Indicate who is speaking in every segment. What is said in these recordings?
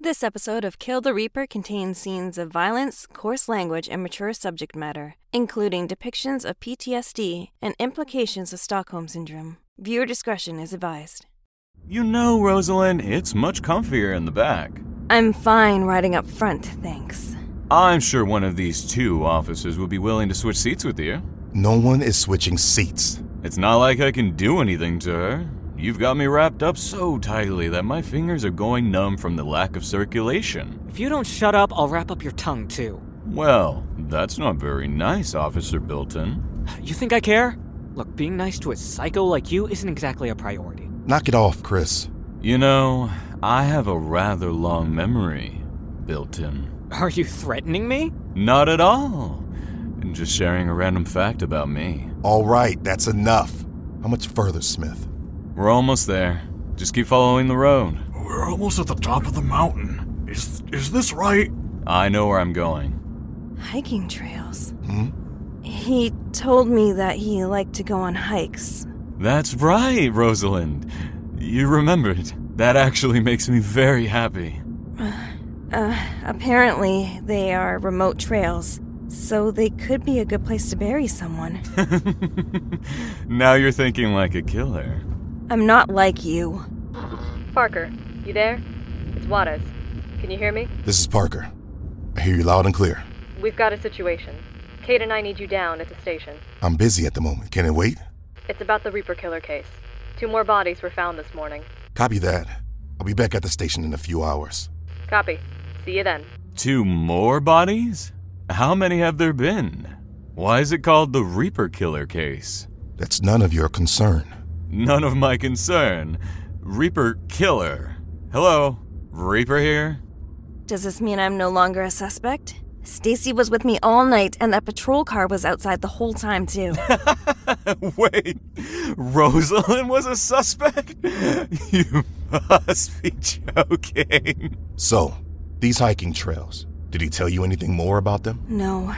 Speaker 1: This episode of Kill the Reaper contains scenes of violence, coarse language, and mature subject matter, including depictions of PTSD and implications of Stockholm Syndrome. Viewer discretion is advised.
Speaker 2: You know, Rosalind, it's much comfier in the back.
Speaker 1: I'm fine riding up front, thanks.
Speaker 2: I'm sure one of these two officers would be willing to switch seats with you.
Speaker 3: No one is switching seats.
Speaker 2: It's not like I can do anything to her. You've got me wrapped up so tightly that my fingers are going numb from the lack of circulation.
Speaker 4: If you don't shut up, I'll wrap up your tongue too.
Speaker 2: Well, that's not very nice, Officer Bilton.
Speaker 4: You think I care? Look, being nice to a psycho like you isn't exactly a priority.
Speaker 3: Knock it off, Chris.
Speaker 2: You know, I have a rather long memory, Bilton.
Speaker 4: Are you threatening me?
Speaker 2: Not at all. Just sharing a random fact about me.
Speaker 3: All right, that's enough. How much further, Smith?
Speaker 2: We're almost there. Just keep following the road.
Speaker 5: We're almost at the top of the mountain. Is is this right?
Speaker 2: I know where I'm going.
Speaker 1: Hiking trails.
Speaker 3: Hmm?
Speaker 1: He told me that he liked to go on hikes.
Speaker 2: That's right, Rosalind. You remembered. That actually makes me very happy.
Speaker 1: Uh, apparently, they are remote trails, so they could be a good place to bury someone.
Speaker 2: now you're thinking like a killer.
Speaker 1: I'm not like you.
Speaker 6: Parker, you there? It's Waters. Can you hear me?
Speaker 3: This is Parker. I hear you loud and clear.
Speaker 6: We've got a situation. Kate and I need you down at the station.
Speaker 3: I'm busy at the moment. Can it wait?
Speaker 6: It's about the Reaper killer case. Two more bodies were found this morning.
Speaker 3: Copy that. I'll be back at the station in a few hours.
Speaker 6: Copy. See you then.
Speaker 2: Two more bodies? How many have there been? Why is it called the Reaper Killer case?
Speaker 3: That's none of your concern.
Speaker 2: None of my concern. Reaper Killer. Hello? Reaper here?
Speaker 1: Does this mean I'm no longer a suspect? Stacy was with me all night, and that patrol car was outside the whole time, too.
Speaker 2: Wait, Rosalind was a suspect? You must be joking.
Speaker 3: So, these hiking trails, did he tell you anything more about them?
Speaker 1: no,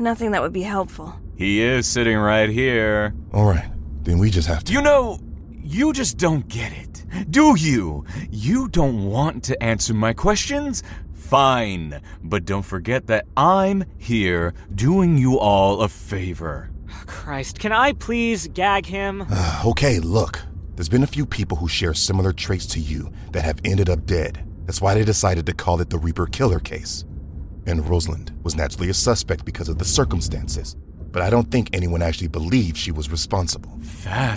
Speaker 1: nothing that would be helpful.
Speaker 2: He is sitting right here.
Speaker 3: All right, then we just have to.
Speaker 2: You know, you just don't get it, do you? You don't want to answer my questions? Fine, but don't forget that I'm here doing you all a favor.
Speaker 4: Christ, can I please gag him?
Speaker 3: Uh, Okay, look. There's been a few people who share similar traits to you that have ended up dead. That's why they decided to call it the Reaper Killer case. And Rosalind was naturally a suspect because of the circumstances, but I don't think anyone actually believed she was responsible.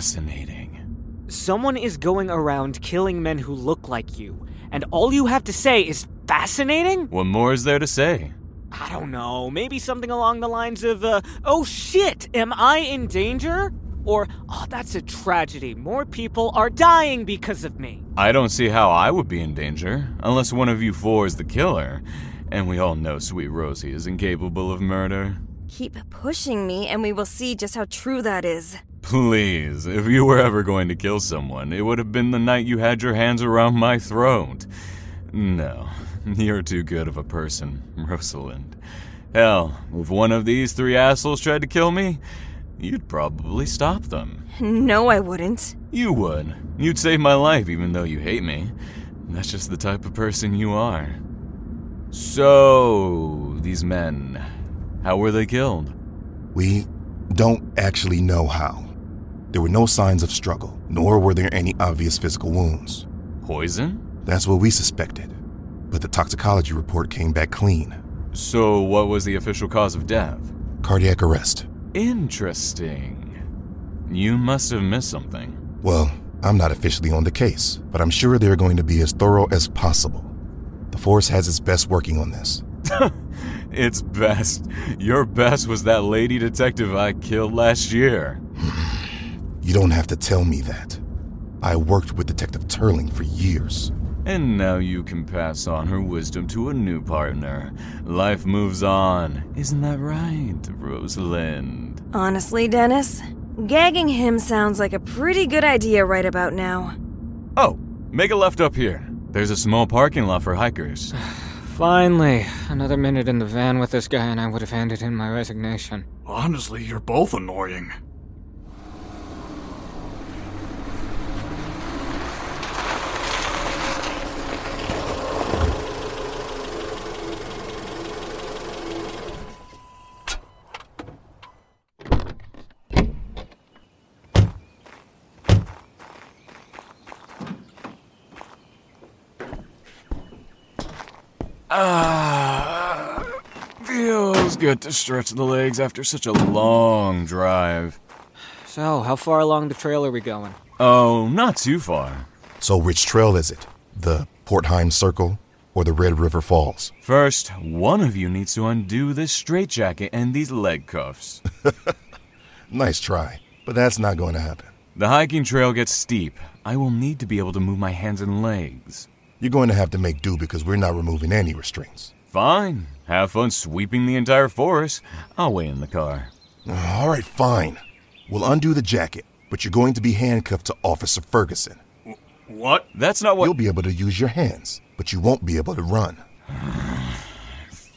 Speaker 2: Fascinating.
Speaker 4: Someone is going around killing men who look like you, and all you have to say is fascinating?
Speaker 2: What more is there to say?
Speaker 4: I don't know, maybe something along the lines of, uh, oh shit, am I in danger? Or, oh, that's a tragedy. More people are dying because of me.
Speaker 2: I don't see how I would be in danger, unless one of you four is the killer. And we all know Sweet Rosie is incapable of murder.
Speaker 1: Keep pushing me, and we will see just how true that is.
Speaker 2: Please, if you were ever going to kill someone, it would have been the night you had your hands around my throat. No, you're too good of a person, Rosalind. Hell, if one of these three assholes tried to kill me, you'd probably stop them.
Speaker 1: No, I wouldn't.
Speaker 2: You would. You'd save my life even though you hate me. That's just the type of person you are. So, these men, how were they killed?
Speaker 3: We don't actually know how. There were no signs of struggle, nor were there any obvious physical wounds.
Speaker 2: Poison?
Speaker 3: That's what we suspected. But the toxicology report came back clean
Speaker 2: So, what was the official cause of death?
Speaker 3: cardiac arrest.
Speaker 2: Interesting. You must have missed something.
Speaker 3: Well, I'm not officially on the case, but I'm sure they're going to be as thorough as possible. The force has its best working on this.
Speaker 2: It's best. Your best was that lady detective I killed last year.
Speaker 3: You don't have to tell me that. I worked with Detective Turling for years.
Speaker 2: And now you can pass on her wisdom to a new partner. Life moves on. Isn't that right, Rosalind?
Speaker 1: Honestly, Dennis, gagging him sounds like a pretty good idea right about now.
Speaker 2: Oh, make a left up here. There's a small parking lot for hikers.
Speaker 4: Finally, another minute in the van with this guy, and I would have handed in my resignation.
Speaker 5: Honestly, you're both annoying.
Speaker 2: Ah, feels good to stretch the legs after such a long drive.
Speaker 4: So, how far along the trail are we going?
Speaker 2: Oh, not too far.
Speaker 3: So, which trail is it? The Portheim Circle or the Red River Falls?
Speaker 2: First, one of you needs to undo this straitjacket and these leg cuffs.
Speaker 3: Nice try, but that's not going to happen.
Speaker 2: The hiking trail gets steep. I will need to be able to move my hands and legs.
Speaker 3: You're going to have to make do because we're not removing any restraints.
Speaker 2: Fine. Have fun sweeping the entire forest. I'll wait in the car.
Speaker 3: All right, fine. We'll undo the jacket, but you're going to be handcuffed to Officer Ferguson.
Speaker 2: What? That's not what.
Speaker 3: You'll be able to use your hands, but you won't be able to run.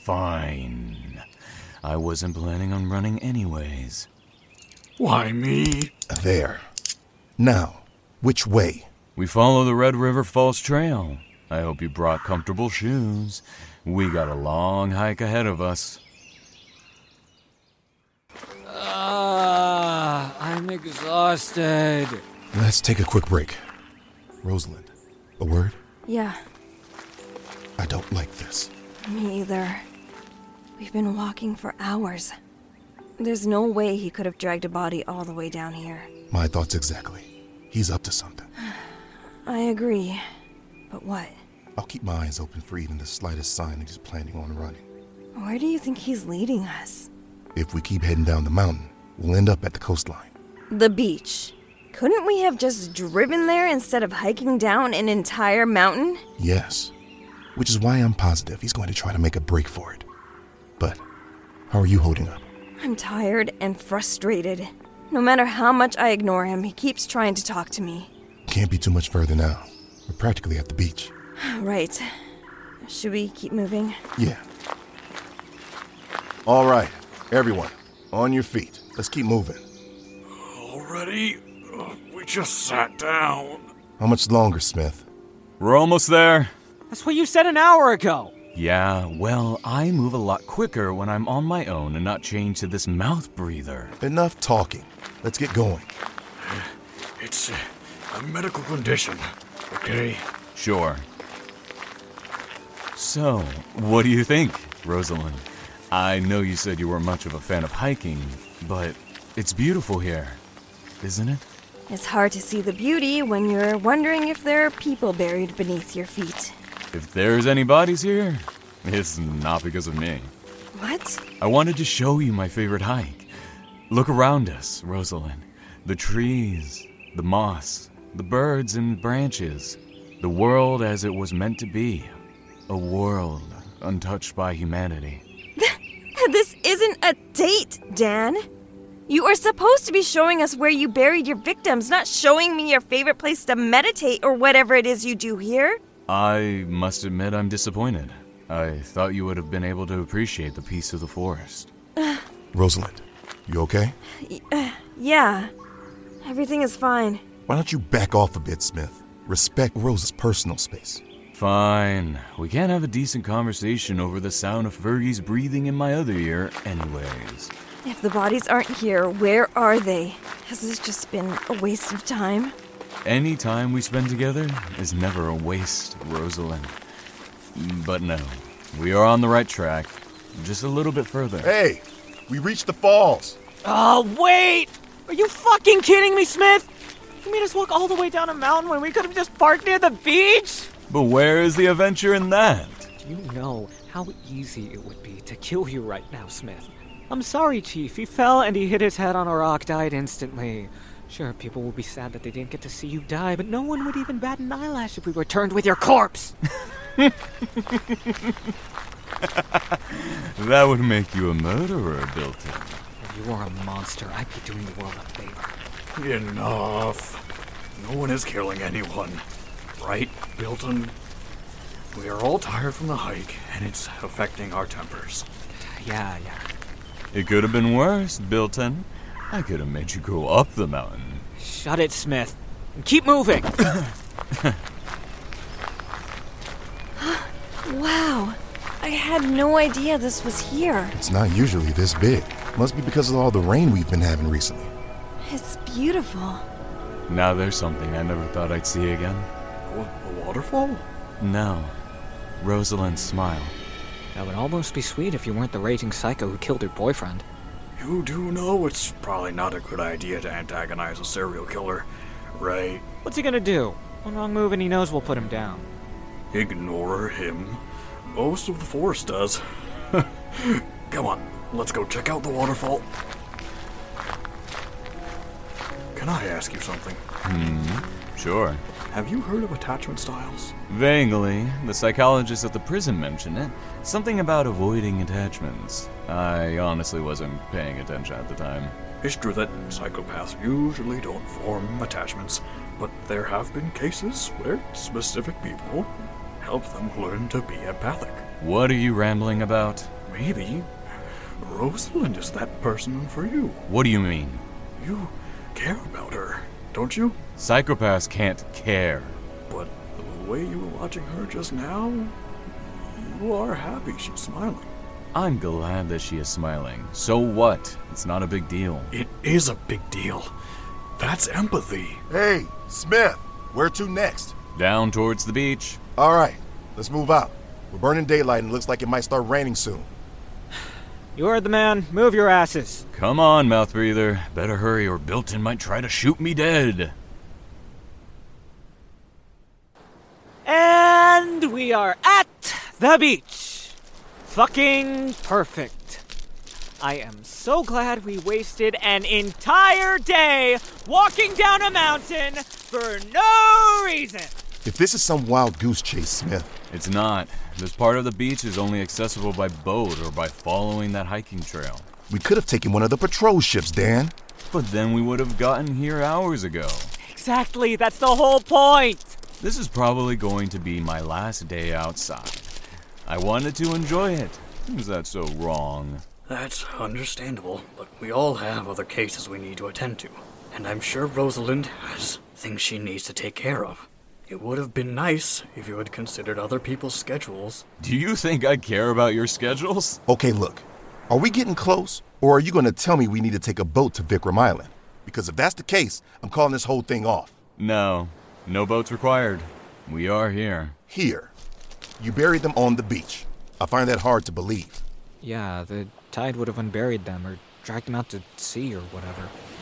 Speaker 2: Fine. I wasn't planning on running anyways.
Speaker 5: Why me?
Speaker 3: There. Now, which way?
Speaker 2: We follow the Red River Falls Trail. I hope you brought comfortable shoes. We got a long hike ahead of us.
Speaker 4: Ah, I'm exhausted.
Speaker 3: Let's take a quick break. Rosalind, a word?
Speaker 1: Yeah,
Speaker 3: I don't like this.
Speaker 1: me either. We've been walking for hours. There's no way he could have dragged a body all the way down here.
Speaker 3: My thoughts exactly. He's up to something.
Speaker 1: I agree. But what?
Speaker 3: I'll keep my eyes open for even the slightest sign that he's planning on running.
Speaker 1: Where do you think he's leading us?
Speaker 3: If we keep heading down the mountain, we'll end up at the coastline.
Speaker 1: The beach. Couldn't we have just driven there instead of hiking down an entire mountain?
Speaker 3: Yes. Which is why I'm positive he's going to try to make a break for it. But how are you holding up?
Speaker 1: I'm tired and frustrated. No matter how much I ignore him, he keeps trying to talk to me.
Speaker 3: Can't be too much further now. We're practically at the beach.
Speaker 1: Right. Should we keep moving?
Speaker 3: Yeah. All right, everyone, on your feet. Let's keep moving.
Speaker 5: Already? Ugh, we just sat down.
Speaker 3: How much longer, Smith?
Speaker 2: We're almost there.
Speaker 4: That's what you said an hour ago.
Speaker 2: Yeah, well, I move a lot quicker when I'm on my own and not chained to this mouth breather.
Speaker 3: Enough talking. Let's get going.
Speaker 5: It's uh, a medical condition, okay?
Speaker 2: Sure. So, what do you think, Rosalind? I know you said you weren't much of a fan of hiking, but it's beautiful here, isn't it?
Speaker 1: It's hard to see the beauty when you're wondering if there are people buried beneath your feet.
Speaker 2: If there's any bodies here, it's not because of me.
Speaker 1: What?
Speaker 2: I wanted to show you my favorite hike. Look around us, Rosalind. The trees, the moss, the birds and branches. The world as it was meant to be. A world untouched by humanity.
Speaker 1: This isn't a date, Dan. You are supposed to be showing us where you buried your victims, not showing me your favorite place to meditate or whatever it is you do here.
Speaker 2: I must admit I'm disappointed. I thought you would have been able to appreciate the peace of the forest.
Speaker 3: Rosalind, you okay?
Speaker 1: Yeah, everything is fine.
Speaker 3: Why don't you back off a bit, Smith? Respect Rose's personal space.
Speaker 2: Fine. We can't have a decent conversation over the sound of Fergie's breathing in my other ear, anyways.
Speaker 1: If the bodies aren't here, where are they? Has this just been a waste of time?
Speaker 2: Any time we spend together is never a waste, Rosalind. But no, we are on the right track. Just a little bit further.
Speaker 3: Hey, we reached the falls.
Speaker 4: Oh, wait! Are you fucking kidding me, Smith? You made us walk all the way down a mountain when we could have just parked near the beach?
Speaker 2: But where is the adventure in that?
Speaker 4: Do you know how easy it would be to kill you right now, Smith? I'm sorry, Chief. He fell and he hit his head on a rock, died instantly. Sure, people will be sad that they didn't get to see you die, but no one would even bat an eyelash if we returned with your corpse.
Speaker 2: That would make you a murderer, built in.
Speaker 4: if you were a monster, I'd be doing the world a favor.
Speaker 5: Enough. No one is killing anyone. Right, Bilton? We are all tired from the hike, and it's affecting our tempers.
Speaker 4: Yeah, yeah.
Speaker 2: It could have been worse, built in. I could have made you go up the mountain.
Speaker 4: Shut it, Smith. Keep moving.
Speaker 1: Wow, I had no idea this was here.
Speaker 3: It's not usually this big. Must be because of all the rain we've been having recently.
Speaker 1: It's beautiful.
Speaker 2: Now there's something I never thought I'd see again.
Speaker 5: A, a waterfall?
Speaker 2: No. Rosalind's smile.
Speaker 4: That would almost be sweet if you weren't the raging psycho who killed her boyfriend.
Speaker 5: You do know it's probably not a good idea to antagonize a serial killer, right?
Speaker 4: What's he gonna do? One wrong move and he knows we'll put him down.
Speaker 5: Ignore him. Most of the force does. Come on, let's go check out the waterfall. Can I ask you something?
Speaker 2: Sure.
Speaker 5: Have you heard of attachment styles?
Speaker 2: Vaguely, the psychologist at the prison mentioned it. Something about avoiding attachments. I honestly wasn't paying attention at the time.
Speaker 5: It's true that psychopaths usually don't form attachments, but there have been cases where specific people help them learn to be empathic.
Speaker 2: What are you rambling about?
Speaker 5: Maybe Rosalind is that person for you.
Speaker 2: What do you mean?
Speaker 5: You care about her, don't you?
Speaker 2: Psychopaths can't care.
Speaker 5: But the way you were watching her just now, you are happy she's smiling.
Speaker 2: I'm glad that she is smiling. So what? It's not a big deal.
Speaker 5: It is a big deal. That's empathy.
Speaker 3: Hey, Smith, where to next?
Speaker 2: Down towards the beach.
Speaker 3: All right, let's move out. We're burning daylight and it looks like it might start raining soon.
Speaker 4: You heard the man. Move your asses.
Speaker 2: Come on, mouth breather. Better hurry or Bilton might try to shoot me dead.
Speaker 4: And we are at the beach. Fucking perfect. I am so glad we wasted an entire day walking down a mountain for no reason.
Speaker 3: If this is some wild goose chase, Smith,
Speaker 2: It's not. This part of the beach is only accessible by boat or by following that hiking trail.
Speaker 3: we could have taken one of the patrol ships, Dan.
Speaker 2: But then we would have gotten here hours ago.
Speaker 4: Exactly, that's the whole point.
Speaker 2: This is probably going to be my last day outside. I wanted to enjoy it. Is that so wrong?
Speaker 5: That's understandable, but we all have other cases we need to attend to. And I'm sure Rosalind has things she needs to take care of. It would have been nice if you had considered other people's schedules.
Speaker 2: Do you think I care about your schedules?
Speaker 3: Okay, look, are we getting close, or are you going to tell me we need to take a boat to Vikram Island? Because if that's the case, I'm calling this whole thing off.
Speaker 2: No. No boats required. We are here.
Speaker 3: Here, you buried them on the beach. I find that hard to believe.
Speaker 4: Yeah, the tide would have unburied them or dragged them out to sea or whatever.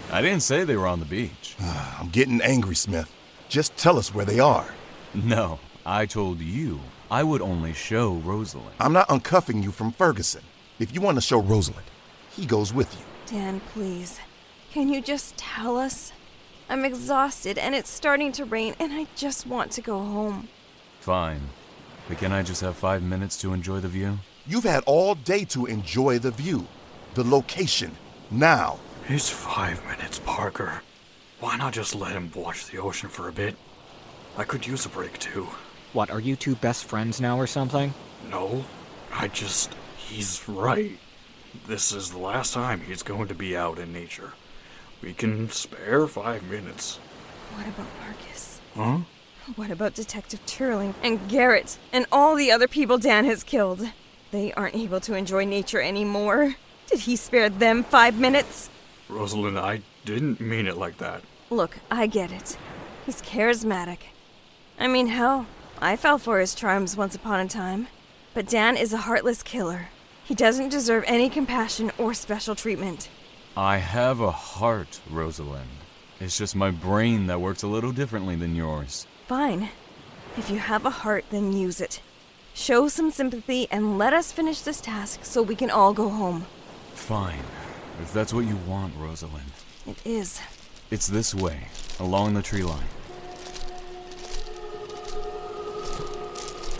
Speaker 2: I didn't say they were on the beach.
Speaker 3: I'm getting angry, Smith. Just tell us where they are.
Speaker 2: No, I told you I would only show Rosalind.
Speaker 3: I'm not uncuffing you from Ferguson. If you want to show Rosalind, he goes with you.
Speaker 7: Dan, please. Can you just tell us? I'm exhausted and it's starting to rain and I just want to go home.
Speaker 2: Fine. But can I just have five minutes to enjoy the view?
Speaker 3: You've had all day to enjoy the view, the location. Now,
Speaker 5: It's five minutes, Parker. Why not just let him watch the ocean for a bit? I could use a break too.
Speaker 4: What, are you two best friends now or something?
Speaker 5: No, I just. He's right. This is the last time he's going to be out in nature. We can spare five minutes.
Speaker 7: What about Marcus?
Speaker 5: Huh?
Speaker 7: What about Detective Turling and Garrett and all the other people Dan has killed? They aren't able to enjoy nature anymore. Did he spare them five minutes?
Speaker 5: Rosalind, I didn't mean it like that.
Speaker 7: Look, I get it. He's charismatic. I mean, hell, I fell for his charms once upon a time. But Dan is a heartless killer. He doesn't deserve any compassion or special treatment.
Speaker 2: I have a heart, Rosalind. It's just my brain that works a little differently than yours.
Speaker 7: Fine. If you have a heart, then use it. Show some sympathy and let us finish this task so we can all go home.
Speaker 2: Fine. If that's what you want, Rosalind.
Speaker 7: It is.
Speaker 2: It's this way, along the tree line.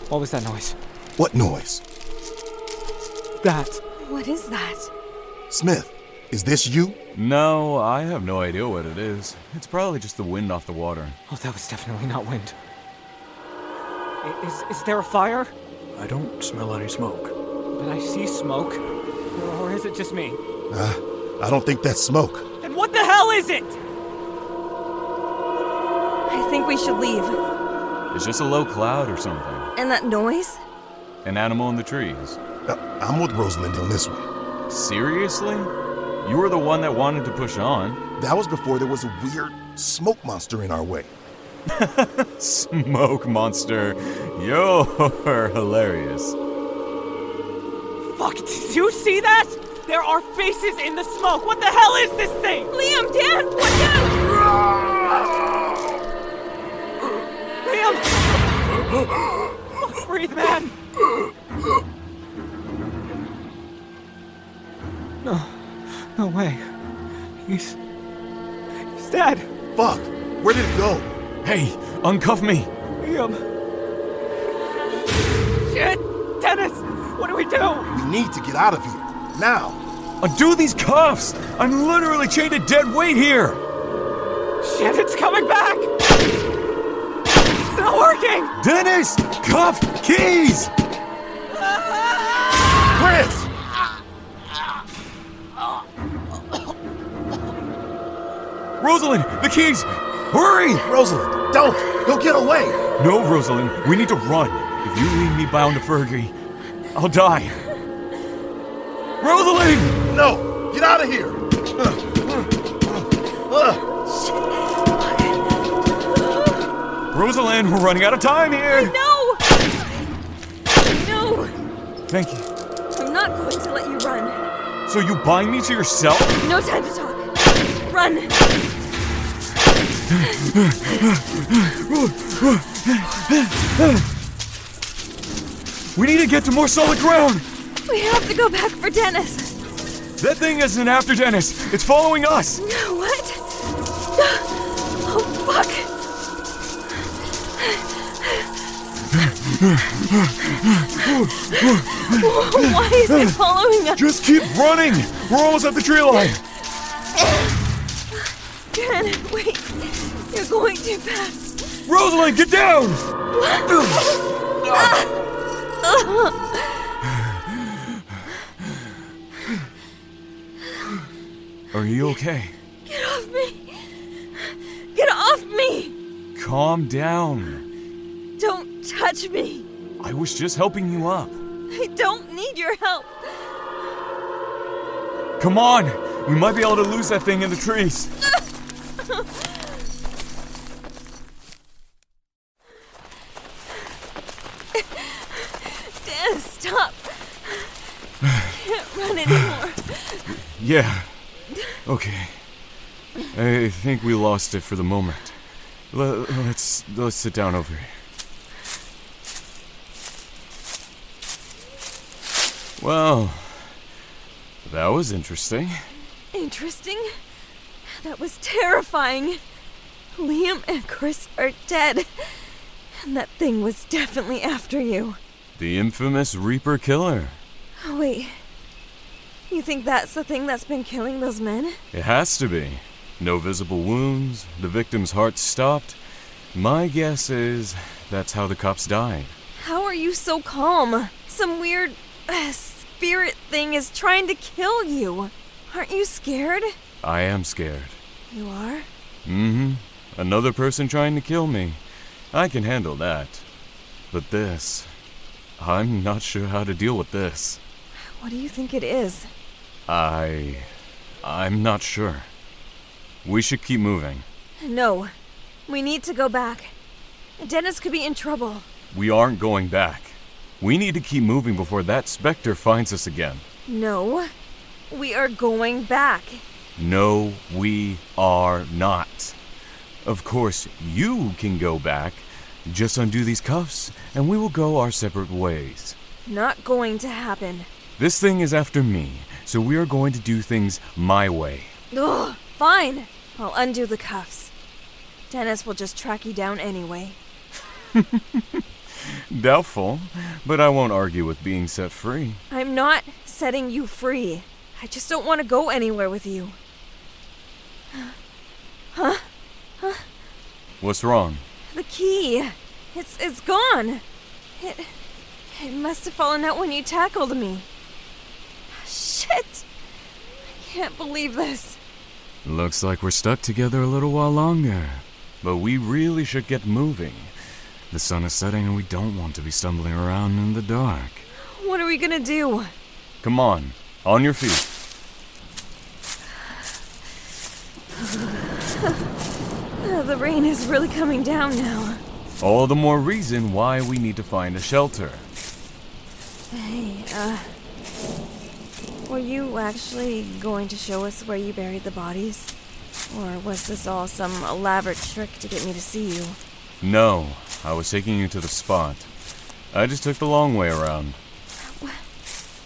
Speaker 4: What was that noise?
Speaker 3: what noise?
Speaker 4: That.
Speaker 7: What is that?
Speaker 3: Smith, is this you?
Speaker 2: No, I have no idea what it is. It's probably just the wind off the water.
Speaker 4: Oh, that was definitely not wind. I- Is, is there a fire?
Speaker 5: I don't smell any smoke.
Speaker 4: Did I see smoke? Or, or is it just me?
Speaker 3: I don't think that's smoke.
Speaker 4: Then what the hell is it?
Speaker 7: I think we should leave.
Speaker 2: It's just a low cloud or something.
Speaker 7: And that noise?
Speaker 2: An animal in the trees.
Speaker 3: Uh, I'm with Rosalind on this one.
Speaker 2: Seriously? You were the one that wanted to push on.
Speaker 3: That was before there was a weird smoke monster in our way.
Speaker 2: Smoke monster. You're hilarious.
Speaker 4: Fuck, did you see that? There are faces in the smoke. What the hell is this thing?
Speaker 1: Liam, Dad, look out!
Speaker 4: Liam! Fuck, breathe, man! No. No way. He's. He's dead!
Speaker 3: Fuck! Where did it go?
Speaker 2: Hey, uncuff me!
Speaker 4: Liam! Shit! Dennis! What do we do?
Speaker 3: We need to get out of here. Now!
Speaker 2: Undo Uh, these cuffs! I'm literally chained to dead weight here!
Speaker 4: Shit, it's coming back! It's not working!
Speaker 2: Dennis! Cuff! Keys!
Speaker 3: Chris!
Speaker 2: Rosalind! The keys! Hurry!
Speaker 3: Rosalind, don't! He'll get away!
Speaker 2: No, Rosalind, we need to run. If you leave me bound to Fergie, I'll die. Rosalind!
Speaker 3: No! Get out of here!
Speaker 2: Rosalind, we're running out of time here!
Speaker 1: No! No!
Speaker 2: Thank you.
Speaker 1: I'm not going to let you run.
Speaker 2: So you bind me to yourself?
Speaker 1: No time to talk. Run!
Speaker 2: We need to get to more solid ground!
Speaker 1: We have to go back for Dennis.
Speaker 2: That thing isn't after Dennis! It's following us!
Speaker 1: No, what? Oh, fuck! Why is it following us?
Speaker 2: Just keep running! We're almost at the tree line!
Speaker 1: Dan, wait. You're going too fast.
Speaker 2: Rosalind, get down! Are you okay?
Speaker 1: Get off me. Get off me.
Speaker 2: Calm down.
Speaker 1: Don't touch me.
Speaker 2: I was just helping you up.
Speaker 1: I don't need your help.
Speaker 2: Come on! We might be able to lose that thing in the trees.
Speaker 1: Dan, stop. I can't run anymore.
Speaker 2: Yeah. Okay. I think we lost it for the moment. Le- let's let's sit down over here. Well, that was interesting.
Speaker 1: Interesting. That was terrifying. Liam and Chris are dead. And that thing was definitely after you.
Speaker 2: The infamous Reaper Killer.
Speaker 1: Oh, wait. You think that's the thing that's been killing those men?
Speaker 2: It has to be. No visible wounds, the victim's heart stopped. My guess is that's how the cops died.
Speaker 1: How are you so calm? Some weird uh, spirit thing is trying to kill you. Aren't you scared?
Speaker 2: I am scared.
Speaker 1: You are?
Speaker 2: Mm hmm. Another person trying to kill me. I can handle that. But this. I'm not sure how to deal with this.
Speaker 1: What do you think it is?
Speaker 2: I. I'm not sure. We should keep moving.
Speaker 1: No. We need to go back. Dennis could be in trouble.
Speaker 2: We aren't going back. We need to keep moving before that specter finds us again.
Speaker 1: No. We are going back.
Speaker 2: No, we are not. Of course, you can go back. Just undo these cuffs, and we will go our separate ways.
Speaker 1: Not going to happen.
Speaker 2: This thing is after me, so we are going to do things my way.
Speaker 1: Ugh, fine. I'll undo the cuffs. Dennis will just track you down anyway.
Speaker 2: Doubtful, but I won't argue with being set free.
Speaker 1: I'm not setting you free. I just don't want to go anywhere with you.
Speaker 2: What's wrong?
Speaker 1: The key. It's it's gone. It it must have fallen out when you tackled me. Shit. I can't believe this.
Speaker 2: Looks like we're stuck together a little while longer. But we really should get moving. The sun is setting and we don't want to be stumbling around in the dark.
Speaker 1: What are we going to do?
Speaker 2: Come on, on your feet.
Speaker 1: Uh, the rain is really coming down now.
Speaker 2: All the more reason why we need to find a shelter.
Speaker 1: Hey, uh Were you actually going to show us where you buried the bodies? Or was this all some elaborate trick to get me to see you?
Speaker 2: No, I was taking you to the spot. I just took the long way around.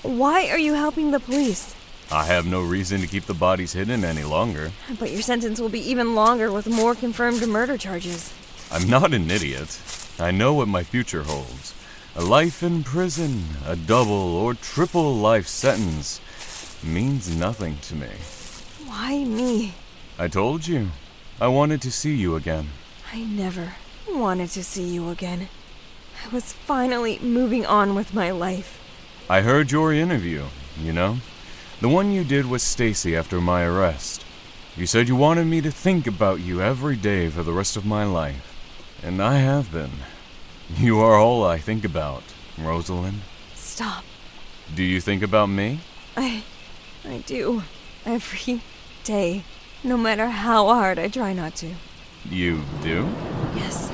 Speaker 1: Why are you helping the police?
Speaker 2: I have no reason to keep the bodies hidden any longer.
Speaker 1: But your sentence will be even longer with more confirmed murder charges.
Speaker 2: I'm not an idiot. I know what my future holds a life in prison, a double or triple life sentence. Means nothing to me.
Speaker 1: Why me?
Speaker 2: I told you. I wanted to see you again.
Speaker 1: I never wanted to see you again. I was finally moving on with my life.
Speaker 2: I heard your interview, you know? The one you did with Stacy after my arrest. You said you wanted me to think about you every day for the rest of my life. And I have been. You are all I think about, Rosalind.
Speaker 1: Stop.
Speaker 2: Do you think about me?
Speaker 1: I. I do. Every day. No matter how hard I try not to.
Speaker 2: You do?
Speaker 1: Yes.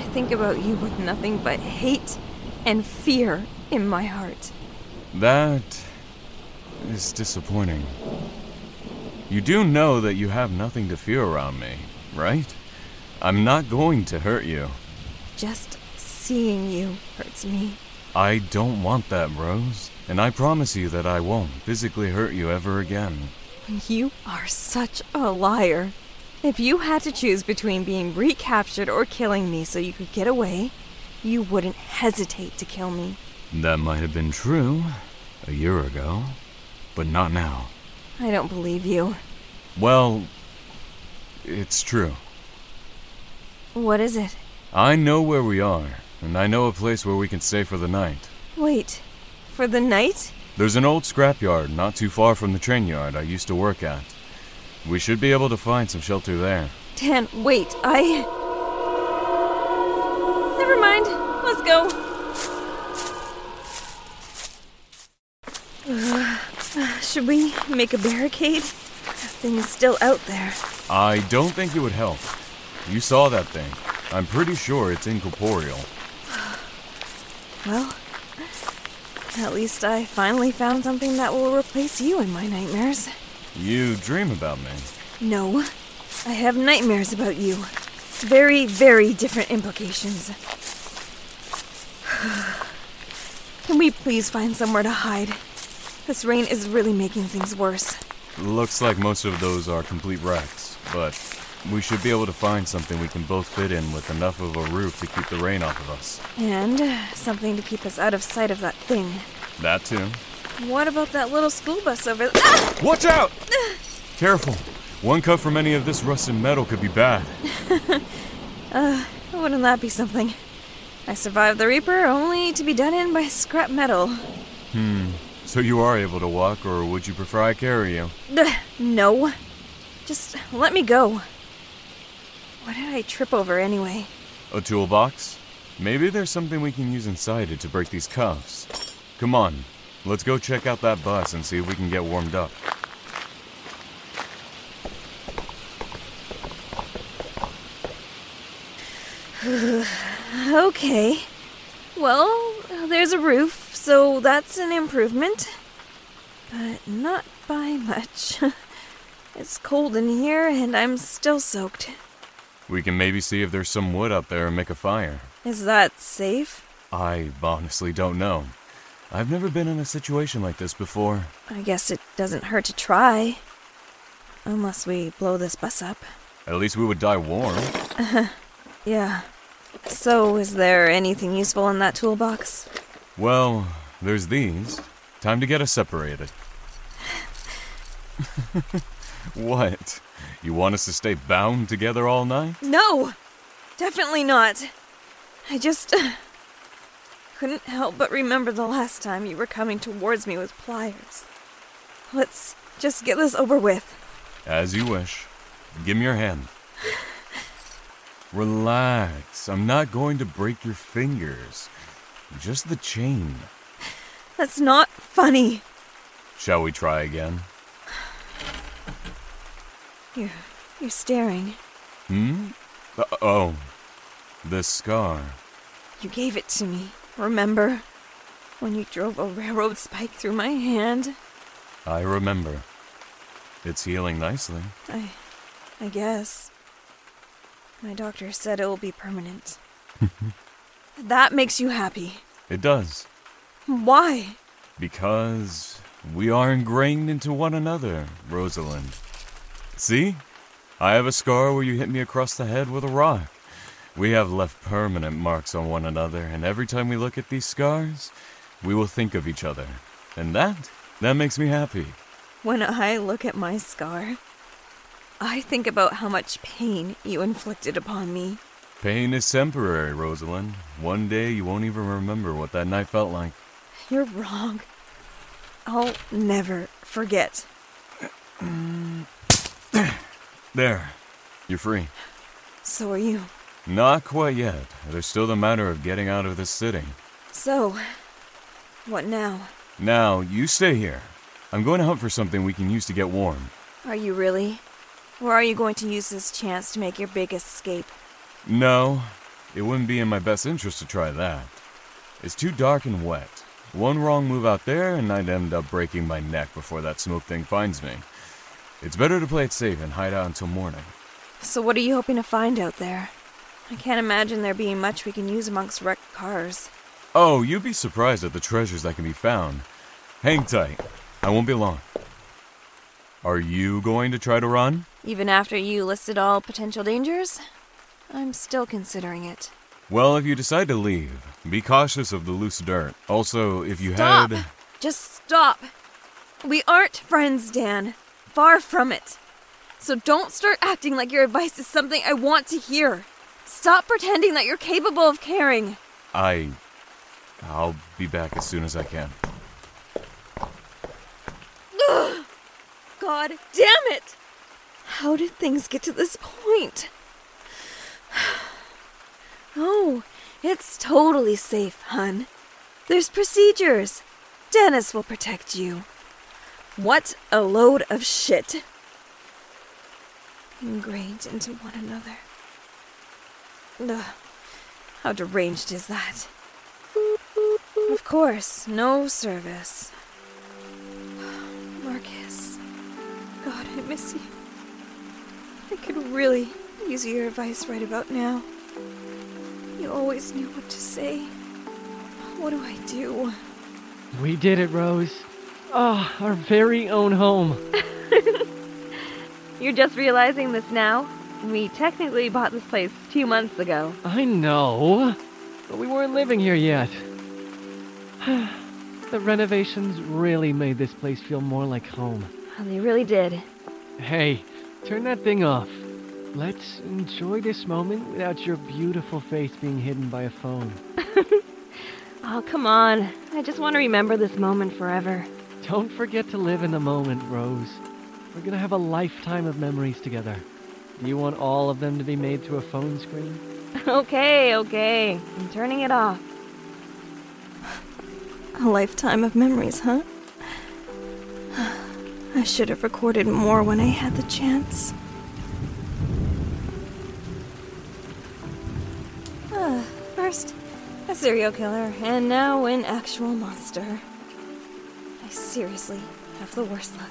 Speaker 1: I think about you with nothing but hate and fear in my heart.
Speaker 2: That is disappointing. You do know that you have nothing to fear around me, right? I'm not going to hurt you.
Speaker 1: Just seeing you hurts me.
Speaker 2: I don't want that, Rose, and I promise you that I won't physically hurt you ever again.
Speaker 1: You are such a liar. If you had to choose between being recaptured or killing me so you could get away, you wouldn't hesitate to kill me.
Speaker 2: That might have been true a year ago, but not now.
Speaker 1: I don't believe you.
Speaker 2: Well, it's true.
Speaker 1: What is it?
Speaker 2: I know where we are, and I know a place where we can stay for the night.
Speaker 1: Wait, for the night?
Speaker 2: There's an old scrapyard not too far from the train yard I used to work at. We should be able to find some shelter there.
Speaker 1: Dan, wait, I. Never mind. Let's go. Uh, uh, should we make a barricade? That thing is still out there.
Speaker 2: I don't think it would help. You saw that thing. I'm pretty sure it's incorporeal.
Speaker 1: Well, at least I finally found something that will replace you in my nightmares.
Speaker 2: You dream about me.
Speaker 1: No, I have nightmares about you. Very, very different implications. Can we please find somewhere to hide? This rain is really making things worse.
Speaker 2: Looks like most of those are complete wrecks, but we should be able to find something we can both fit in with enough of a roof to keep the rain off of us.
Speaker 1: And something to keep us out of sight of that thing.
Speaker 2: That too.
Speaker 1: What about that little school bus over there? Ah!
Speaker 2: Watch out! Careful. One cut from any of this rusted metal could be bad.
Speaker 1: uh, wouldn't that be something? I survived the Reaper only to be done in by scrap metal.
Speaker 2: Hmm. So you are able to walk, or would you prefer I carry you?
Speaker 1: no. Just let me go. What did I trip over anyway?
Speaker 2: A toolbox? Maybe there's something we can use inside it to break these cuffs. Come on, let's go check out that bus and see if we can get warmed up.
Speaker 1: okay. Well, there's a roof, so that's an improvement. But not by much. it's cold in here, and I'm still soaked.
Speaker 2: We can maybe see if there's some wood up there and make a fire.
Speaker 1: Is that safe?
Speaker 2: I honestly don't know. I've never been in a situation like this before.
Speaker 1: I guess it doesn't hurt to try. Unless we blow this bus up.
Speaker 2: At least we would die warm.
Speaker 1: Uh, yeah. So, is there anything useful in that toolbox?
Speaker 2: Well, there's these. Time to get us separated. what? You want us to stay bound together all night?
Speaker 1: No! Definitely not. I just. Uh, couldn't help but remember the last time you were coming towards me with pliers. Let's just get this over with.
Speaker 2: As you wish. Give me your hand. Relax. I'm not going to break your fingers. Just the chain.
Speaker 1: That's not funny.
Speaker 2: Shall we try again?
Speaker 1: You're, you're staring.
Speaker 2: Hmm? Uh, oh. The scar.
Speaker 1: You gave it to me, remember? When you drove a railroad spike through my hand.
Speaker 2: I remember. It's healing nicely.
Speaker 1: I. I guess. My doctor said it will be permanent. that makes you happy.
Speaker 2: It does.
Speaker 1: Why?
Speaker 2: Because we are ingrained into one another, Rosalind. See? I have a scar where you hit me across the head with a rock. We have left permanent marks on one another, and every time we look at these scars, we will think of each other. And that, that makes me happy.
Speaker 1: When I look at my scar, I think about how much pain you inflicted upon me.
Speaker 2: Pain is temporary, Rosalind. One day you won't even remember what that night felt like.
Speaker 1: You're wrong. I'll never forget.
Speaker 2: There. You're free.
Speaker 1: So are you.
Speaker 2: Not quite yet. There's still the matter of getting out of this city.
Speaker 1: So, what now?
Speaker 2: Now, you stay here. I'm going to hunt for something we can use to get warm.
Speaker 1: Are you really? Or are you going to use this chance to make your big escape?
Speaker 2: No, it wouldn't be in my best interest to try that. It's too dark and wet. One wrong move out there, and I'd end up breaking my neck before that smoke thing finds me. It's better to play it safe and hide out until morning.
Speaker 1: So, what are you hoping to find out there? I can't imagine there being much we can use amongst wrecked cars.
Speaker 2: Oh, you'd be surprised at the treasures that can be found. Hang tight. I won't be long. Are you going to try to run?
Speaker 1: Even after you listed all potential dangers, I'm still considering it.
Speaker 2: Well, if you decide to leave, be cautious of the loose dirt. Also, if you
Speaker 1: Stop!
Speaker 2: had.
Speaker 1: Just stop! We aren't friends, Dan. Far from it. So don't start acting like your advice is something I want to hear. Stop pretending that you're capable of caring.
Speaker 2: I. I'll be back as soon as I can.
Speaker 1: God damn it! How did things get to this point? Oh, it's totally safe, hun. There's procedures. Dennis will protect you. What a load of shit. Ingrained into one another. Ugh, how deranged is that? Of course, no service. Marcus. God, I miss you. I could really use your advice right about now. You always knew what to say. What do I do?
Speaker 8: We did it, Rose. Ah, our very own home.
Speaker 7: You're just realizing this now? We technically bought this place two months ago.
Speaker 8: I know, but we weren't living here yet. the renovations really made this place feel more like home.
Speaker 7: Oh, they really did.
Speaker 8: Hey, turn that thing off. Let's enjoy this moment without your beautiful face being hidden by a phone.
Speaker 7: Oh, come on. I just want to remember this moment forever.
Speaker 8: Don't forget to live in the moment, Rose. We're gonna have a lifetime of memories together. Do you want all of them to be made through a phone screen?
Speaker 7: okay, okay. I'm turning it off.
Speaker 1: A lifetime of memories, huh? I should have recorded more when I had the chance. Ah, first, a serial killer, and now an actual monster. I seriously have the worst luck.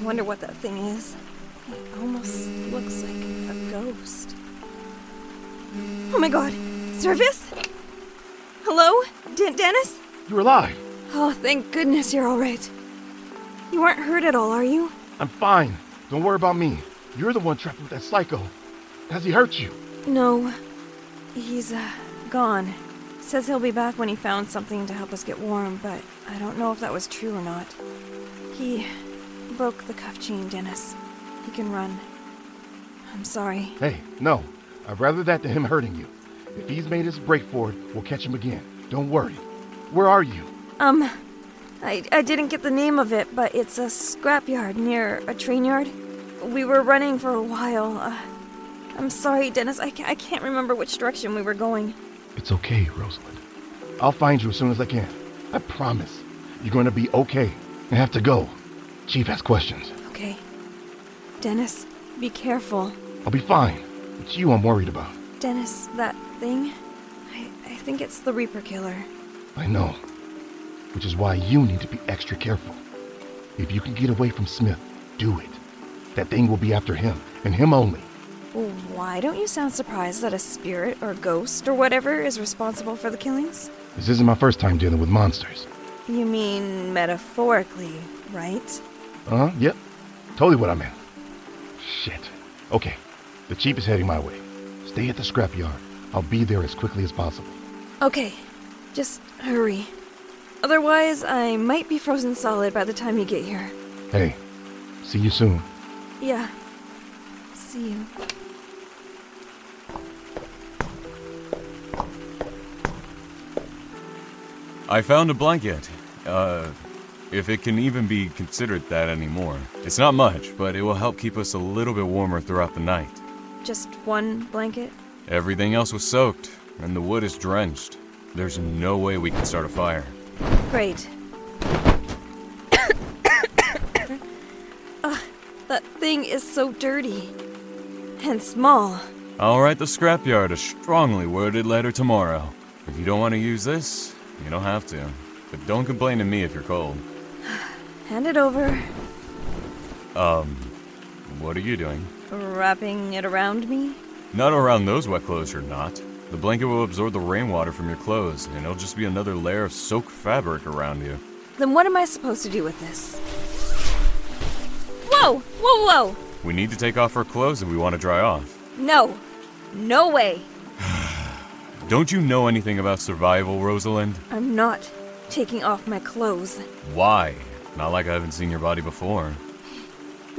Speaker 1: I wonder what that thing is. It almost looks like a ghost. Oh my god! Service? Hello? Den- Dennis?
Speaker 9: You're alive.
Speaker 1: Oh, thank goodness you're all right. You aren't hurt at all, are you?
Speaker 9: I'm fine. Don't worry about me. You're the one trapped with that psycho. Has he hurt you?
Speaker 1: No. He's, uh, gone. Says he'll be back when he found something to help us get warm, but I don't know if that was true or not. He broke the cuff chain, Dennis. He can run. I'm sorry.
Speaker 9: Hey, no. I'd rather that than him hurting you. If he's made his break for it, we'll catch him again. Don't worry. Where are you?
Speaker 1: Um, I, I didn't get the name of it, but it's a scrapyard near a train yard. We were running for a while. Uh, I'm sorry, Dennis. I, ca- I can't remember which direction we were going.
Speaker 9: It's okay, Rosalind. I'll find you as soon as I can. I promise. You're going to be okay. I have to go. Chief has questions.
Speaker 1: Okay. Dennis, be careful.
Speaker 9: I'll be fine. It's you I'm worried about.
Speaker 1: Dennis, that thing? I, I think it's the Reaper Killer.
Speaker 9: I know. which is why you need to be extra careful. If you can get away from Smith, do it. That thing will be after him, and him only.
Speaker 1: Why don't you sound surprised that a spirit or ghost or whatever is responsible for the killings?
Speaker 9: This isn't my first time dealing with monsters.
Speaker 1: You mean metaphorically, right?
Speaker 9: Uh huh, yep. Totally what I meant. Shit. Okay, the Chief is heading my way. Stay at the scrapyard. I'll be there as quickly as possible.
Speaker 1: Okay, just hurry. Otherwise, I might be frozen solid by the time you get here.
Speaker 9: Hey, see you soon.
Speaker 1: Yeah. See you.
Speaker 2: I found a blanket. Uh, if it can even be considered that anymore. It's not much, but it will help keep us a little bit warmer throughout the night.
Speaker 1: Just one blanket?
Speaker 2: Everything else was soaked, and the wood is drenched. There's no way we can start a fire.
Speaker 1: Great. Ugh, that thing is so dirty. And small.
Speaker 2: I'll write the scrapyard a strongly worded letter tomorrow. If you don't want to use this, you don't have to. But don't complain to me if you're cold.
Speaker 1: Hand it over,
Speaker 2: Um, what are you doing?
Speaker 1: wrapping it around me.
Speaker 2: Not around those wet clothes, you're not. The blanket will absorb the rainwater from your clothes, and it'll just be another layer of soaked fabric around you.
Speaker 1: Then what am I supposed to do with this? Whoa! Whoa, whoa!
Speaker 2: We need to take off our clothes if we want to dry off.
Speaker 1: No! No way!
Speaker 2: Don't you know anything about survival, Rosalind?
Speaker 1: I'm not taking off my clothes.
Speaker 2: Why? Not like I haven't seen your body before.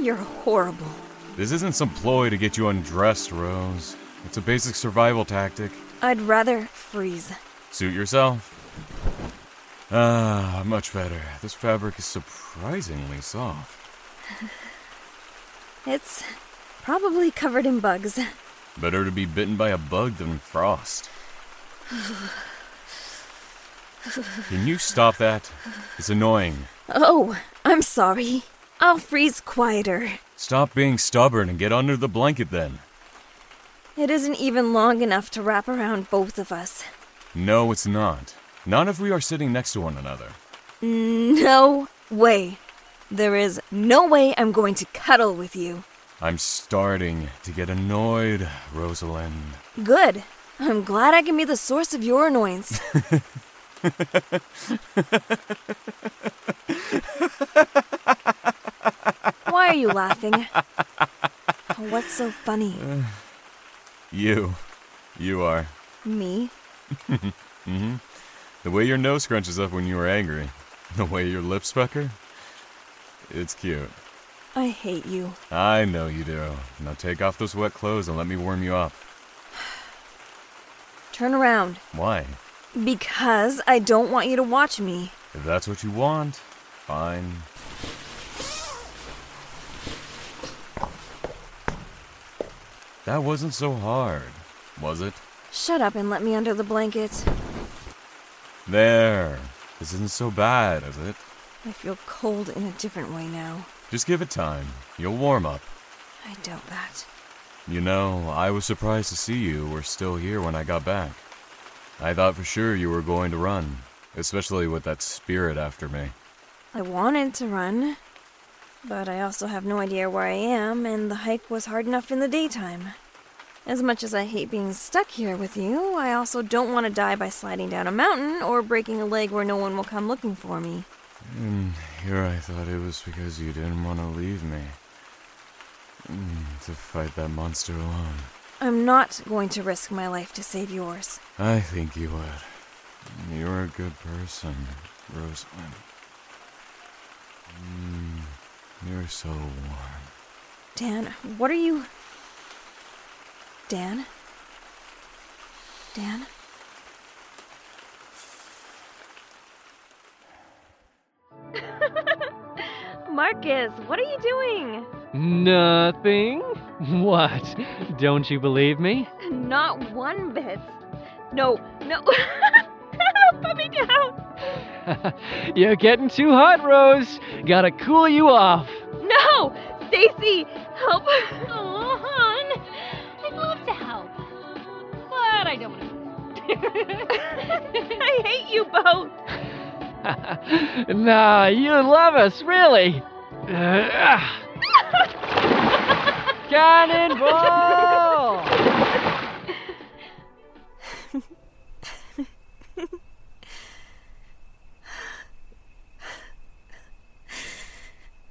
Speaker 1: You're horrible.
Speaker 2: This isn't some ploy to get you undressed, Rose. It's a basic survival tactic.
Speaker 1: I'd rather freeze.
Speaker 2: Suit yourself. Ah, much better. This fabric is surprisingly soft.
Speaker 1: It's probably covered in bugs.
Speaker 2: Better to be bitten by a bug than frost. Can you stop that? It's annoying.
Speaker 1: Oh, I'm sorry. I'll freeze quieter.
Speaker 2: Stop being stubborn and get under the blanket then.
Speaker 1: It isn't even long enough to wrap around both of us.
Speaker 2: No, it's not. Not if we are sitting next to one another.
Speaker 1: No way. There is no way I'm going to cuddle with you.
Speaker 2: I'm starting to get annoyed, Rosalind.
Speaker 1: Good. I'm glad I can be the source of your annoyance. Why are you laughing? What's so funny?
Speaker 2: You. You are.
Speaker 1: Me?
Speaker 2: The way your nose scrunches up when you are angry. The way your lips pucker. It's cute.
Speaker 1: I hate you.
Speaker 2: I know you do. Now take off those wet clothes and let me warm you up.
Speaker 1: Turn around.
Speaker 2: Why?
Speaker 1: Because I don't want you to watch me.
Speaker 2: If that's what you want, fine. That wasn't so hard, was it?
Speaker 1: Shut up and let me under the blanket.
Speaker 2: There. This isn't so bad, is it?
Speaker 1: I feel cold in a different way now.
Speaker 2: Just give it time. You'll warm up.
Speaker 1: I doubt that.
Speaker 2: You know, I was surprised to see you were still here when I got back. I thought for sure you were going to run, especially with that spirit after me.
Speaker 1: I wanted to run, but I also have no idea where I am, and the hike was hard enough in the daytime. As much as I hate being stuck here with you, I also don't want to die by sliding down a mountain or breaking a leg where no one will come looking for me.
Speaker 2: Here I thought it was because you didn't want to leave me. Mm, to fight that monster alone.
Speaker 1: I'm not going to risk my life to save yours.
Speaker 2: I think you would. You're a good person, Rosalind. Mm, you're so warm.
Speaker 1: Dan, what are you. Dan? Dan? Marcus, what are you doing?
Speaker 8: Nothing? What? Don't you believe me?
Speaker 1: Not one bit. No, no. Put me down.
Speaker 8: You're getting too hot, Rose. Gotta cool you off.
Speaker 1: No, Stacy, help.
Speaker 10: Oh, hon. I'd love to help. But I don't want to.
Speaker 1: I hate you both.
Speaker 8: nah, you love us, really. Ah. Cannonball!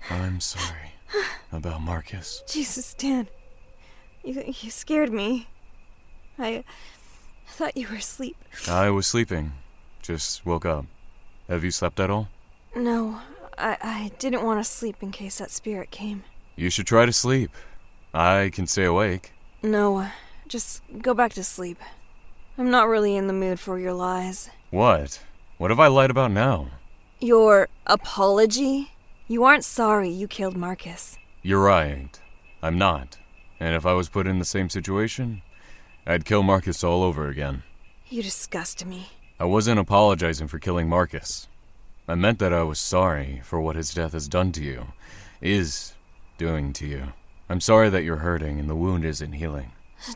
Speaker 2: I'm sorry about Marcus.
Speaker 1: Jesus, Dan. You, you scared me. I, I thought you were asleep.
Speaker 2: I was sleeping, just woke up. Have you slept at all?
Speaker 1: No, I, I didn't want to sleep in case that spirit came.
Speaker 2: You should try to sleep. I can stay awake.
Speaker 1: No, just go back to sleep. I'm not really in the mood for your lies.
Speaker 2: What? What have I lied about now?
Speaker 1: Your apology? You aren't sorry you killed Marcus.
Speaker 2: You're right. I'm not. And if I was put in the same situation, I'd kill Marcus all over again.
Speaker 1: You disgust me.
Speaker 2: I wasn't apologizing for killing Marcus. I meant that I was sorry for what his death has done to you, is doing to you. I'm sorry that you're hurting and the wound isn't healing.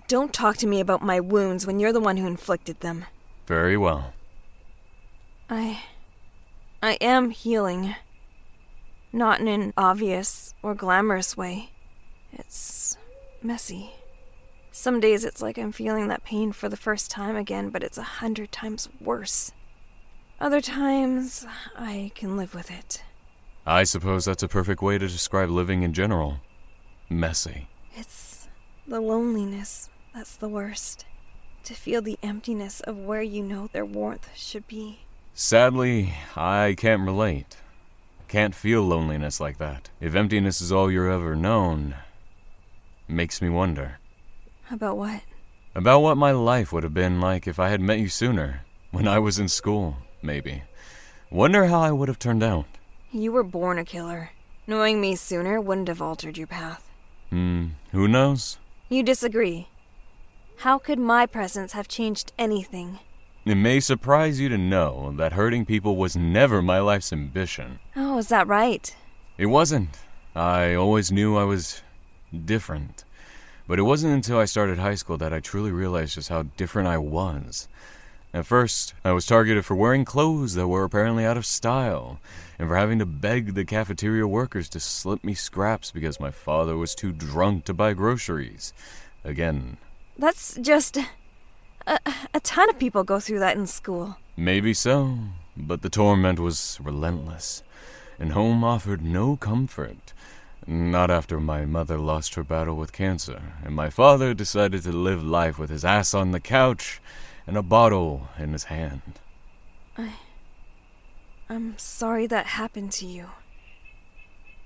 Speaker 1: Don't talk to me about my wounds when you're the one who inflicted them.
Speaker 2: Very well.
Speaker 1: I. I am healing. Not in an obvious or glamorous way. It's messy. Some days it's like I'm feeling that pain for the first time again, but it's a hundred times worse. Other times, I can live with it.
Speaker 2: I suppose that's a perfect way to describe living in general. Messy.
Speaker 1: It's the loneliness that's the worst. To feel the emptiness of where you know their warmth should be.
Speaker 2: Sadly, I can't relate. Can't feel loneliness like that. If emptiness is all you're ever known, makes me wonder.
Speaker 1: About what?
Speaker 2: About what my life would have been like if I had met you sooner, when I was in school, maybe. Wonder how I would have turned out.
Speaker 1: You were born a killer. Knowing me sooner wouldn't have altered your path.
Speaker 2: Hmm, who knows?
Speaker 1: You disagree. How could my presence have changed anything?
Speaker 2: It may surprise you to know that hurting people was never my life's ambition.
Speaker 1: Oh, is that right?
Speaker 2: It wasn't. I always knew I was different. But it wasn't until I started high school that I truly realized just how different I was. At first, I was targeted for wearing clothes that were apparently out of style, and for having to beg the cafeteria workers to slip me scraps because my father was too drunk to buy groceries. Again,
Speaker 1: That's just. A, a ton of people go through that in school.
Speaker 2: maybe so, but the torment was relentless, and home offered no comfort. Not after my mother lost her battle with cancer, and my father decided to live life with his ass on the couch and a bottle in his hand.
Speaker 1: I'm sorry that happened to you.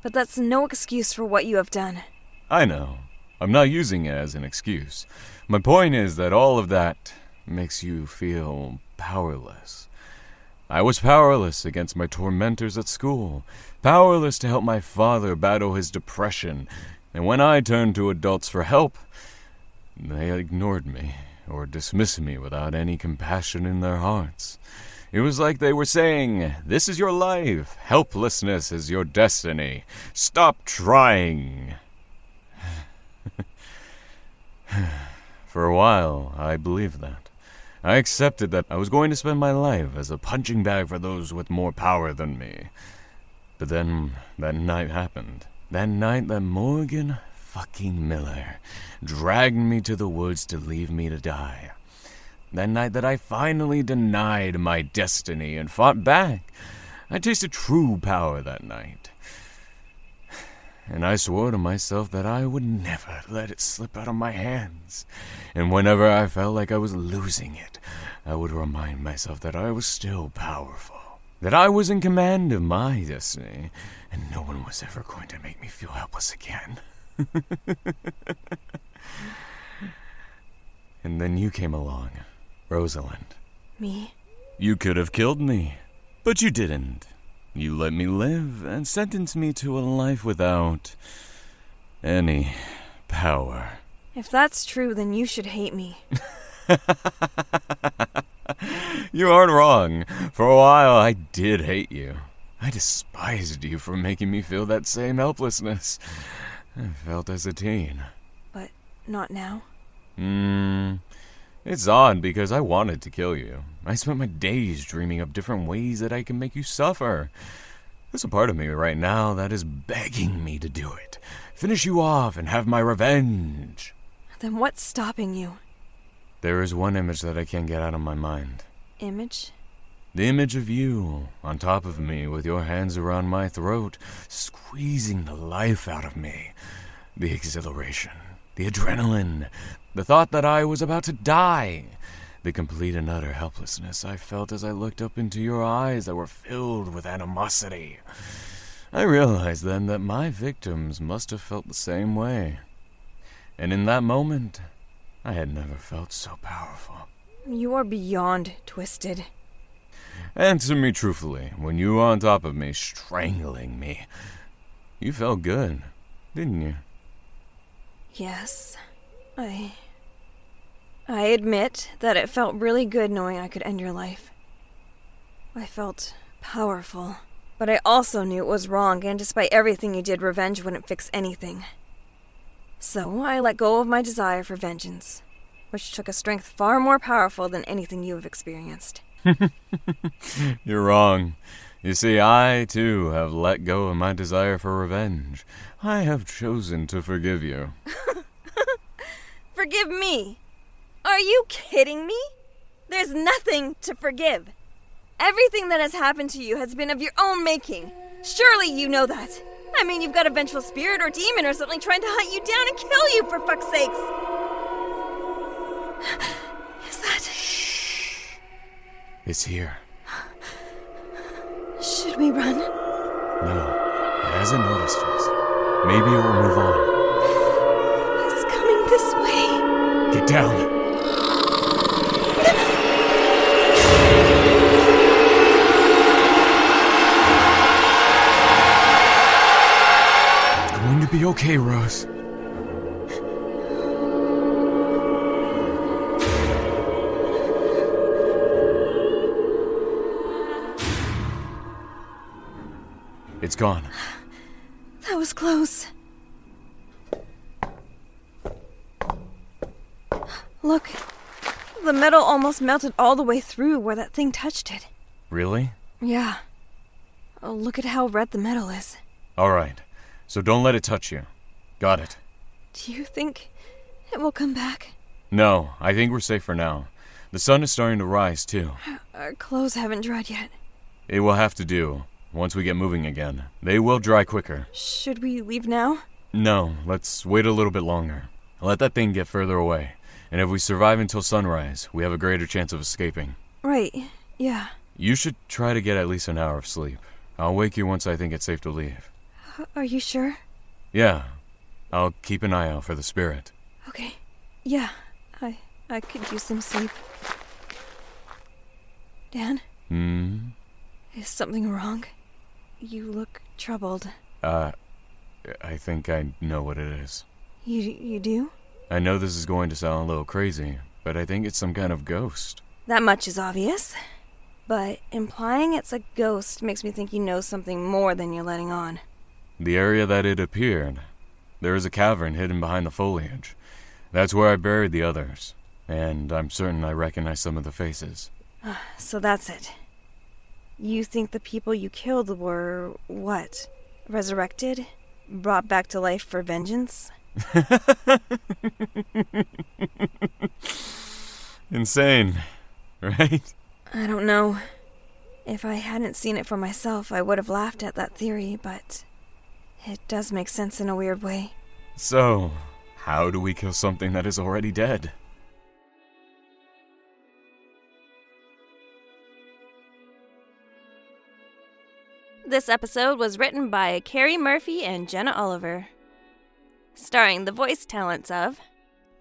Speaker 1: But that's no excuse for what you have done.
Speaker 2: I know. I'm not using it as an excuse. My point is that all of that makes you feel powerless. I was powerless against my tormentors at school, powerless to help my father battle his depression, and when I turned to adults for help, they ignored me or dismissed me without any compassion in their hearts. It was like they were saying, This is your life. Helplessness is your destiny. Stop trying. For a while, I believed that. I accepted that I was going to spend my life as a punching bag for those with more power than me. But then that night happened. That night that Morgan fucking Miller dragged me to the woods to leave me to die. That night that I finally denied my destiny and fought back. I tasted true power that night. And I swore to myself that I would never let it slip out of my hands. And whenever I felt like I was losing it, I would remind myself that I was still powerful, that I was in command of my destiny, and no one was ever going to make me feel helpless again. and then you came along, Rosalind.
Speaker 1: Me?
Speaker 2: You could have killed me, but you didn't. You let me live and sentenced me to a life without any power.
Speaker 1: If that's true, then you should hate me.
Speaker 2: You aren't wrong. For a while, I did hate you. I despised you for making me feel that same helplessness I felt as a teen.
Speaker 1: But not now.
Speaker 2: Mm, It's odd because I wanted to kill you. I spent my days dreaming up different ways that I can make you suffer. There's a part of me right now that is begging me to do it. Finish you off and have my revenge.
Speaker 1: Then what's stopping you?
Speaker 2: There is one image that I can't get out of my mind.
Speaker 1: Image?
Speaker 2: The image of you on top of me with your hands around my throat, squeezing the life out of me. The exhilaration, the adrenaline, the thought that I was about to die, the complete and utter helplessness I felt as I looked up into your eyes that were filled with animosity. I realized then that my victims must have felt the same way. And in that moment, I had never felt so powerful.
Speaker 1: You are beyond twisted.
Speaker 2: Answer me truthfully. When you were on top of me, strangling me, you felt good, didn't you?
Speaker 1: Yes. I. I admit that it felt really good knowing I could end your life. I felt powerful. But I also knew it was wrong, and despite everything you did, revenge wouldn't fix anything. So I let go of my desire for vengeance, which took a strength far more powerful than anything you have experienced.
Speaker 2: You're wrong. You see, I too have let go of my desire for revenge. I have chosen to forgive you.
Speaker 1: Forgive me! Are you kidding me? There's nothing to forgive. Everything that has happened to you has been of your own making. Surely you know that. I mean, you've got a vengeful spirit or demon or something trying to hunt you down and kill you, for fuck's sakes! Is that.
Speaker 2: It's here.
Speaker 1: Should we run?
Speaker 2: No, it hasn't noticed us. Maybe it will move on.
Speaker 1: It's coming this way.
Speaker 2: Get down. It's going to be okay, Rose. It's gone.
Speaker 1: That was close. Look, the metal almost melted all the way through where that thing touched it.
Speaker 2: Really?
Speaker 1: Yeah. Oh, look at how red the metal is.
Speaker 2: All right. So don't let it touch you. Got it.
Speaker 1: Do you think it will come back?
Speaker 2: No, I think we're safe for now. The sun is starting to rise, too.
Speaker 1: Our clothes haven't dried yet.
Speaker 2: It will have to do once we get moving again. They will dry quicker.
Speaker 1: Should we leave now?
Speaker 2: No, let's wait a little bit longer. Let that thing get further away. And if we survive until sunrise, we have a greater chance of escaping.
Speaker 1: Right, yeah.
Speaker 2: You should try to get at least an hour of sleep. I'll wake you once I think it's safe to leave.
Speaker 1: H- Are you sure?
Speaker 2: Yeah, I'll keep an eye out for the spirit.
Speaker 1: Okay. Yeah, I I could use some sleep. Dan,
Speaker 2: Hmm?
Speaker 1: is something wrong? You look troubled.
Speaker 2: Uh, I think I know what it is.
Speaker 1: You you do?
Speaker 2: I know this is going to sound a little crazy, but I think it's some kind of ghost.
Speaker 1: That much is obvious. But implying it's a ghost makes me think you know something more than you're letting on.
Speaker 2: The area that it appeared, there is a cavern hidden behind the foliage. That's where I buried the others, and I'm certain I recognize some of the faces.
Speaker 1: So that's it. You think the people you killed were what? Resurrected? Brought back to life for vengeance?
Speaker 2: Insane, right?
Speaker 1: I don't know. If I hadn't seen it for myself, I would have laughed at that theory, but it does make sense in a weird way.
Speaker 2: So, how do we kill something that is already dead?
Speaker 7: This episode was written by Carrie Murphy and Jenna Oliver, starring the voice talents of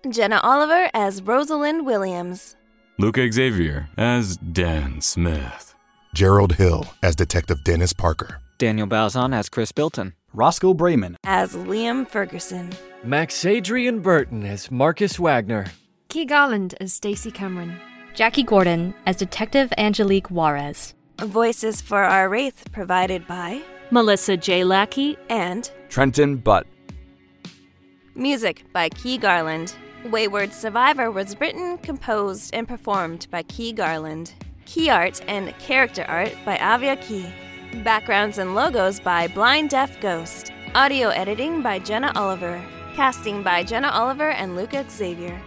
Speaker 7: Jenna Oliver as Rosalind Williams,
Speaker 2: Luca Xavier as Dan Smith.
Speaker 3: Gerald Hill as Detective Dennis Parker.
Speaker 4: Daniel Balzon as Chris Bilton.
Speaker 5: Roscoe Brayman.
Speaker 7: as Liam Ferguson,
Speaker 8: Max Adrian Burton as Marcus Wagner.
Speaker 11: Key Garland as Stacy Cameron.
Speaker 6: Jackie Gordon as Detective Angelique Juarez.
Speaker 7: voices for our Wraith provided by
Speaker 6: Melissa J. Lackey
Speaker 7: and
Speaker 12: Trenton Butt.
Speaker 7: music by Key Garland.
Speaker 1: Wayward Survivor was written, composed, and performed by Key Garland. Key art and character art by Avia Key. Backgrounds and logos by Blind Deaf Ghost. Audio editing by Jenna Oliver. Casting by Jenna Oliver and Luca Xavier.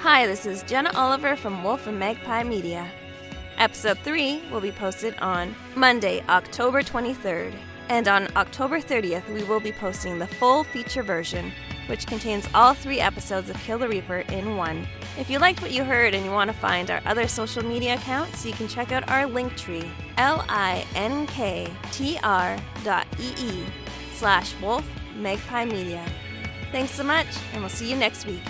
Speaker 1: Hi, this is Jenna Oliver from Wolf and Magpie Media. Episode 3 will be posted on Monday, October 23rd. And on October 30th, we will be posting the full feature version, which contains all three episodes of Kill the Reaper in one. If you liked what you heard and you want to find our other social media accounts, you can check out our link tree, linktr dot E ee slash wolf magpie media. Thanks so much, and we'll see you next week.